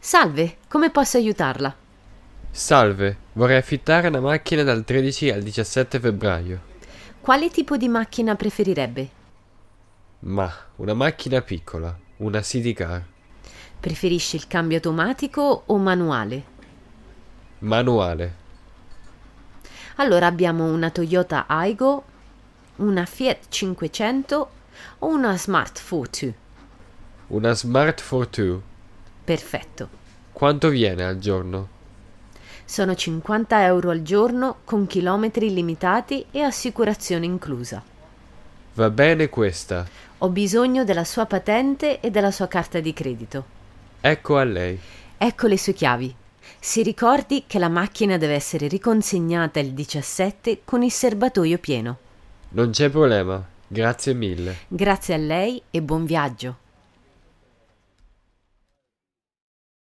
Salve, come posso aiutarla? Salve, vorrei affittare una macchina dal 13 al 17 febbraio. Quale tipo di macchina preferirebbe? Ma una macchina piccola, una city car, Preferisce il cambio automatico o manuale? manuale. Allora abbiamo una Toyota Aigo, una Fiat 500 o una Smart Fortwo. Una Smart Fortwo. Perfetto. Quanto viene al giorno? Sono 50 euro al giorno con chilometri limitati e assicurazione inclusa. Va bene questa. Ho bisogno della sua patente e della sua carta di credito. Ecco a lei. Ecco le sue chiavi. Si ricordi che la macchina deve essere riconsegnata il 17 con il serbatoio pieno. Non c'è problema. Grazie mille. Grazie a lei e buon viaggio.